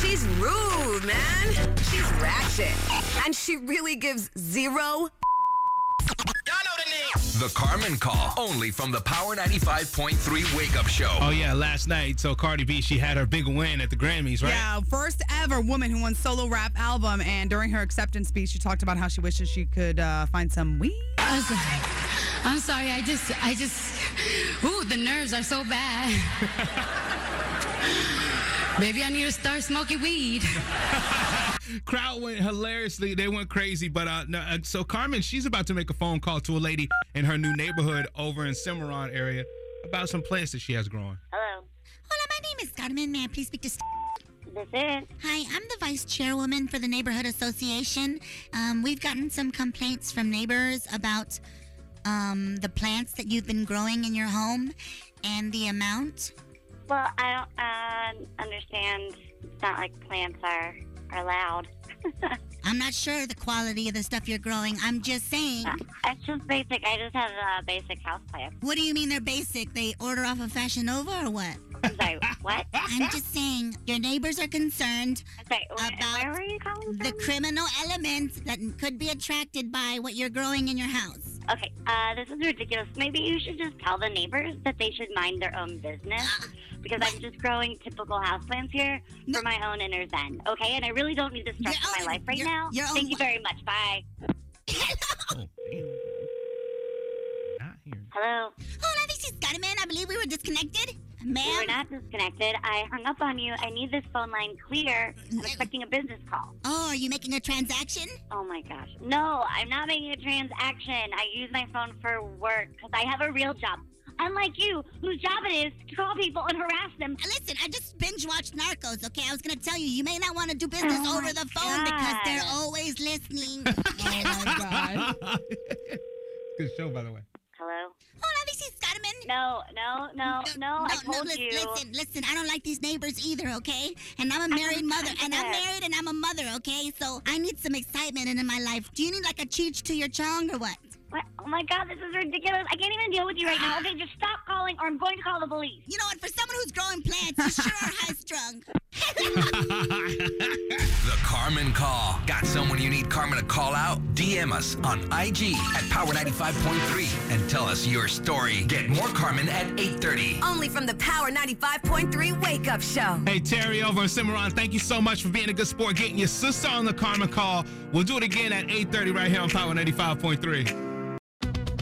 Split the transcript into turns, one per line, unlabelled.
She's rude, man. She's ratchet. And she really gives zero.
The Carmen Call, only from the Power 95.3 Wake Up Show.
Oh yeah, last night. So Cardi B, she had her big win at the Grammys, right?
Yeah, first ever woman who won solo rap album. And during her acceptance speech, she talked about how she wishes she could uh, find some weed.
I'm sorry. I'm sorry. I just, I just, ooh, the nerves are so bad. Maybe I need to start smoking weed.
Crowd went hilariously. They went crazy. But uh, no, uh, so Carmen, she's about to make a phone call to a lady in her new neighborhood over in Cimarron area about some plants that she has growing.
Hello.
Hola, my name is Carmen. May I please speak to? St-
This is.
Hi, I'm the vice chairwoman for the neighborhood association. Um, we've gotten some complaints from neighbors about um, the plants that you've been growing in your home and the amount.
Well, I don't uh, understand. It's not like plants are, are loud.
I'm not sure the quality of the stuff you're growing. I'm just saying.
Uh, It's just basic. I just have a basic house plant.
What do you mean they're basic? They order off of Fashion Nova or what?
I'm sorry, what?
I'm just saying your neighbors are concerned
I'm sorry, where,
About
where were you calling
the
from?
criminal element that could be attracted by what you're growing in your house.
Okay, uh, this is ridiculous. Maybe you should just tell the neighbors that they should mind their own business because I'm just growing typical houseplants here
No.
for my own inner zen, okay? And I really don't need the stress
Your
of my
own-
life right
your-
now.
your own
Thank you
li-
very much. Bye.
Oh, damn. Not here.
Hello.
Hola, this is Carmen. I believe we were disconnected.
We
Ma'am?
were not disconnected. I hung up on you. I need this phone line clear. I'm expecting a business call.
Mm-hmm. Oh, are you making a transaction?
Oh my gosh. No, I'm not making a transaction. I use my phone for work because I have a real job. Unlike you, whose job it is to call people and harass them.
Uh, Listen, I just binge watched Narcos, okay? I was gonna tell you, you may not wanna do business
Oh
over
my
the phone because
God.
they're always listening.
Oh my
Good show, by the way.
Hello?
Hola, this is Carmen.
No, no, no, no. I told
lis-
you.
Listen, listen, I don't like these neighbors either, okay? And I'm a married
don't
mother, and I'm
either.
married and I'm a mother, okay? So I need some excitement in my life. Do you need like a cheech to your chong or what?
What? Oh my god, this is ridiculous. I can't even deal with you right now. Okay, just stop calling or I'm going to call the police.
You know what? For someone who's growing plants, you sure are high strung.
The Carmen Call. Got someone you need Carmen to call out? DM us on IG at Power 95.3 and tell us your story. Get more Carmen at 8.30.
Only from the Power 95.3 Wake Up Show.
Hey, Terry over in Cimarron, thank you so much for being a good sport, getting your sister on the Carmen Call. We'll do it again at 8.30 right here on Power 95.3.